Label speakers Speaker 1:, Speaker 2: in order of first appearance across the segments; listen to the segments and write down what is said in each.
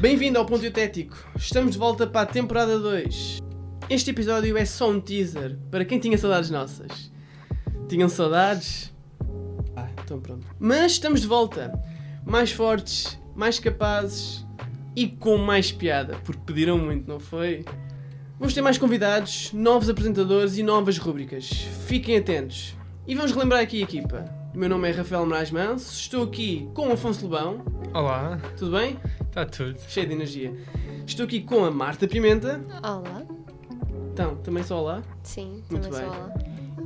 Speaker 1: Bem-vindo ao Ponto Hipotético. Estamos de volta para a temporada 2. Este episódio é só um teaser para quem tinha saudades nossas. Tinham saudades? Ah, então pronto. Mas estamos de volta. Mais fortes, mais capazes e com mais piada, porque pediram muito, não foi? Vamos ter mais convidados, novos apresentadores e novas rubricas. Fiquem atentos. E vamos relembrar aqui a equipa. O meu nome é Rafael Moraes Manso, estou aqui com o Afonso Lebão.
Speaker 2: Olá,
Speaker 1: Tudo bem?
Speaker 2: está tudo.
Speaker 1: Cheio de energia. Estou aqui com a Marta Pimenta.
Speaker 3: Olá.
Speaker 1: Então, também só lá.
Speaker 3: Sim,
Speaker 1: Muito
Speaker 3: também sou
Speaker 1: bem.
Speaker 3: olá.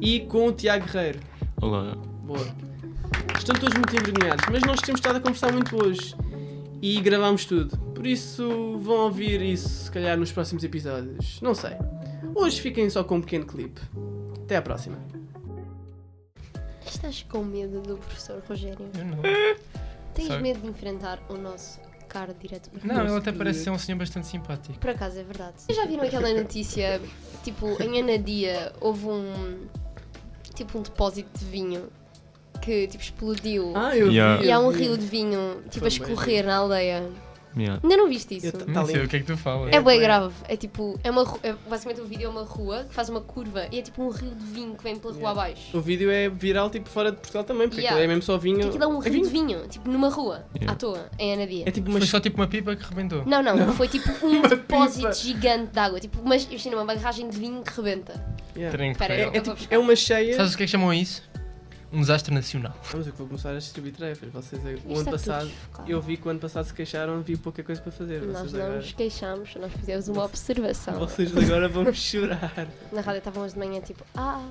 Speaker 1: E com o Tiago Guerreiro.
Speaker 4: Olá.
Speaker 1: Boa. Estão todos muito envergonhados, mas nós temos estado a conversar muito hoje. E gravámos tudo. Por isso, vão ouvir isso, se calhar, nos próximos episódios. Não sei. Hoje fiquem só com um pequeno clipe. Até à próxima.
Speaker 3: Estás com medo do professor Rogério?
Speaker 2: Eu não.
Speaker 3: Tens
Speaker 2: Sabe-
Speaker 3: medo de enfrentar o nosso caro diretor?
Speaker 2: Não, ele até parece ser um senhor bastante simpático.
Speaker 3: Por acaso é verdade. Vocês já viram aquela notícia? tipo, em Anadia houve um. Tipo, um depósito de vinho que tipo, explodiu.
Speaker 1: Ah, eu
Speaker 4: Yeah.
Speaker 3: e há um rio de vinho tipo,
Speaker 1: Foi
Speaker 3: a escorrer na aldeia.
Speaker 4: Yeah.
Speaker 3: Ainda não viste isso?
Speaker 1: Eu ta- Tá
Speaker 2: Não sei
Speaker 1: lindo.
Speaker 2: o que é que tu falas.
Speaker 3: É bem
Speaker 1: bem.
Speaker 3: grave. É tipo. É uma, ru- é, basicamente o vídeo é uma rua que faz uma curva e é tipo um rio de vinho que vem pela rua
Speaker 1: Yeah.
Speaker 3: abaixo.
Speaker 1: O vídeo é viral, tipo, fora de Portugal também, porque
Speaker 3: Yeah.
Speaker 1: aquilo é mesmo só vinho.
Speaker 3: Aquilo é um
Speaker 1: é,
Speaker 3: rio de
Speaker 1: vinho.
Speaker 3: vinho, tipo numa rua,
Speaker 4: Yeah.
Speaker 3: à toa, em Anadia.
Speaker 1: é tipo uma
Speaker 2: Mas foi só tipo uma pipa que rebentou.
Speaker 3: Não, não, foi tipo um depósito
Speaker 1: pipa.
Speaker 3: gigante de água. Tipo, mas imagina uma barragem de vinho que rebenta.
Speaker 1: Yeah.
Speaker 2: Trem que
Speaker 3: Espera,
Speaker 2: foi.
Speaker 3: eu-
Speaker 1: É, é tipo, é uma cheia.
Speaker 2: Sabes o que é que chamam isso? Um desastre nacional.
Speaker 1: Vamos, eu que vou começar a distribuir tarefas. Vocês,
Speaker 3: Isto
Speaker 1: o ano
Speaker 3: é
Speaker 1: passado,
Speaker 3: tudo desfocado.
Speaker 1: eu vi que o ano passado se queixaram, vi pouca coisa para fazer.
Speaker 3: Nós
Speaker 1: Vocês
Speaker 3: não
Speaker 1: agora,
Speaker 3: nos queixamos, nós fizemos uma observação.
Speaker 1: vocês agora vão chorar.
Speaker 3: Na rádio estávamos de manhã tipo, ah,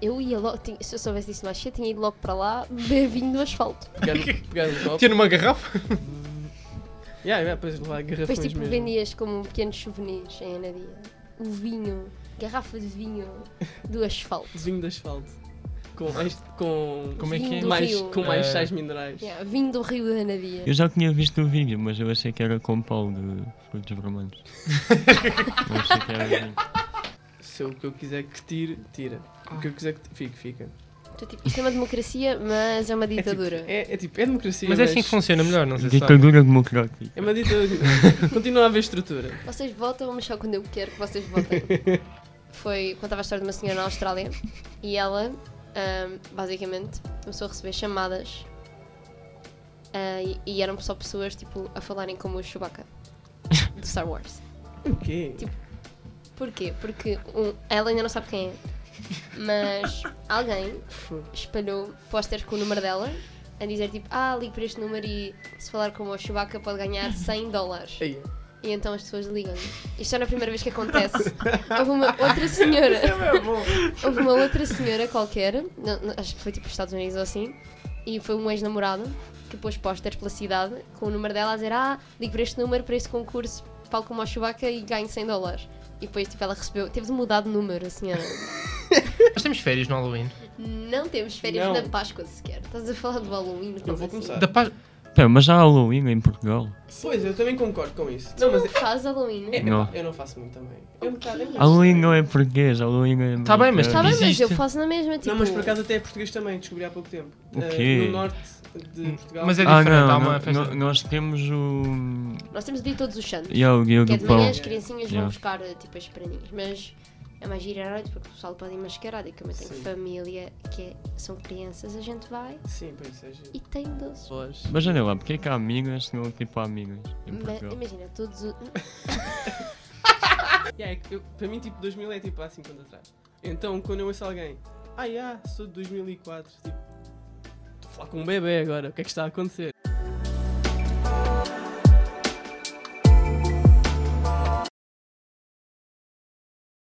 Speaker 3: eu ia logo, tinha- se eu soubesse disso mais cedo, tinha ido logo para lá beber vinho do asfalto.
Speaker 1: Pegar no, pegar no um copo.
Speaker 2: Tinha numa garrafa?
Speaker 1: Yeah, yeah, depois lá garrafões
Speaker 3: Depois tipo
Speaker 1: mesmo.
Speaker 3: vendias como pequenos souvenirs é em Anadia. O vinho, garrafa de vinho do asfalto.
Speaker 1: Vinho de asfalto. Com mais. Com,
Speaker 2: Como é que é?
Speaker 3: Do
Speaker 1: mais,
Speaker 3: rio.
Speaker 1: com mais
Speaker 2: Eh,
Speaker 1: sais minerais.
Speaker 3: Yeah, vinho do rio de Anadia.
Speaker 4: Eu já tinha visto o vídeo, mas eu achei que era com pau de frutos vermelhos. eu achei que era vinho.
Speaker 1: Se eu- o que eu quiser que tire, tira. O que eu quiser que ti- fique, fica.
Speaker 3: Então, tipo, isto é uma democracia, mas é uma
Speaker 1: É tipo,
Speaker 3: ditadura.
Speaker 1: é, é tipo, é democracia.
Speaker 2: Mas é assim que funciona melhor, não sei se sabe.
Speaker 4: Ditadura democrática.
Speaker 1: É uma ditadura. Continua a haver estrutura.
Speaker 3: Vocês votam, mas só quando eu quero que vocês votem. Foi, contava a história de uma senhora na Austrália e ela, ahm, basicamente, começou a receber chamadas ah, e, e eram só pessoas, tipo, a falarem como o Chewbacca do Star Wars.
Speaker 1: O quê?
Speaker 3: Tipo, Porquê? Porque um, ela ainda não sabe quem é, mas alguém espalhou pósteres com o número dela a dizer, tipo, ah, ligue para este número e se falar como o Chewbacca pode ganhar 100 dólares.
Speaker 1: Aí.
Speaker 3: E então as pessoas ligam. Isto não é a primeira vez que acontece. Houve uma outra senhora,
Speaker 1: É bom.
Speaker 3: houve uma outra senhora qualquer, não- não- acho que foi tipo os Estados Unidos ou assim, e foi um ex-namorado que pôs pósteres pela cidade com o número dela a dizer: Ah, ligo para este número, para este concurso, falo como o Chewbacca e ganho 100 dólares. E depois tipo, ela recebeu, teve de mudar de número a senhora.
Speaker 2: Nós temos férias no Halloween.
Speaker 3: Não temos férias
Speaker 1: Não.
Speaker 3: na Páscoa sequer. Estás a falar do Halloween?
Speaker 1: Eu
Speaker 3: estás
Speaker 1: vou
Speaker 3: assim.
Speaker 1: começar.
Speaker 2: Da paz...
Speaker 4: Pera, mas já há Halloween em Portugal?
Speaker 1: Pois, eu também concordo com isso.
Speaker 3: Tu
Speaker 1: Não,
Speaker 3: não
Speaker 1: mas
Speaker 3: faz Halloween?
Speaker 1: É,
Speaker 4: Não.
Speaker 1: epá, Eu não faço muito também. Eu um bocado, é um bocado.
Speaker 4: Halloween não é português, Halloween é.
Speaker 2: Tá bem, mas
Speaker 3: Está bem, mas
Speaker 2: Existe.
Speaker 3: eu faço na mesma. Tipo,
Speaker 1: Não, mas por acaso até é português também, descobri há pouco tempo.
Speaker 4: O
Speaker 1: Eh,
Speaker 4: quê?
Speaker 1: no norte de Portugal.
Speaker 2: Mas é
Speaker 4: Ah,
Speaker 2: diferente, há
Speaker 4: não,
Speaker 2: uma
Speaker 4: não,
Speaker 2: festa-
Speaker 4: no- nós temos o.
Speaker 3: Nós temos de ir todos os santos.
Speaker 4: E há o Guia
Speaker 3: Que é
Speaker 4: do
Speaker 3: de
Speaker 4: Pão.
Speaker 3: manhã as criancinhas
Speaker 4: Yeah.
Speaker 3: vão buscar eh, tipo as prendinhas, mas é mais gira à noite porque o pessoal pode ir mascarado e como eu tenho
Speaker 1: Sim.
Speaker 3: família que é- são crianças, a gente vai
Speaker 1: Sim, pois é seja.
Speaker 3: e tem doces.
Speaker 1: Voz.
Speaker 4: Mas olha lá, porque é que há amigas se não tipo há amigas em
Speaker 3: Mas
Speaker 4: Portugal?
Speaker 3: imagina, todos o-
Speaker 1: Yeah, é que eu- para mim, tipo, 2000 é tipo há 5 anos atrás. Então, quando eu ouço alguém, ah, yeah, sou de 2004, tipo, estou a falar com um bebê agora, o que é que está a acontecer?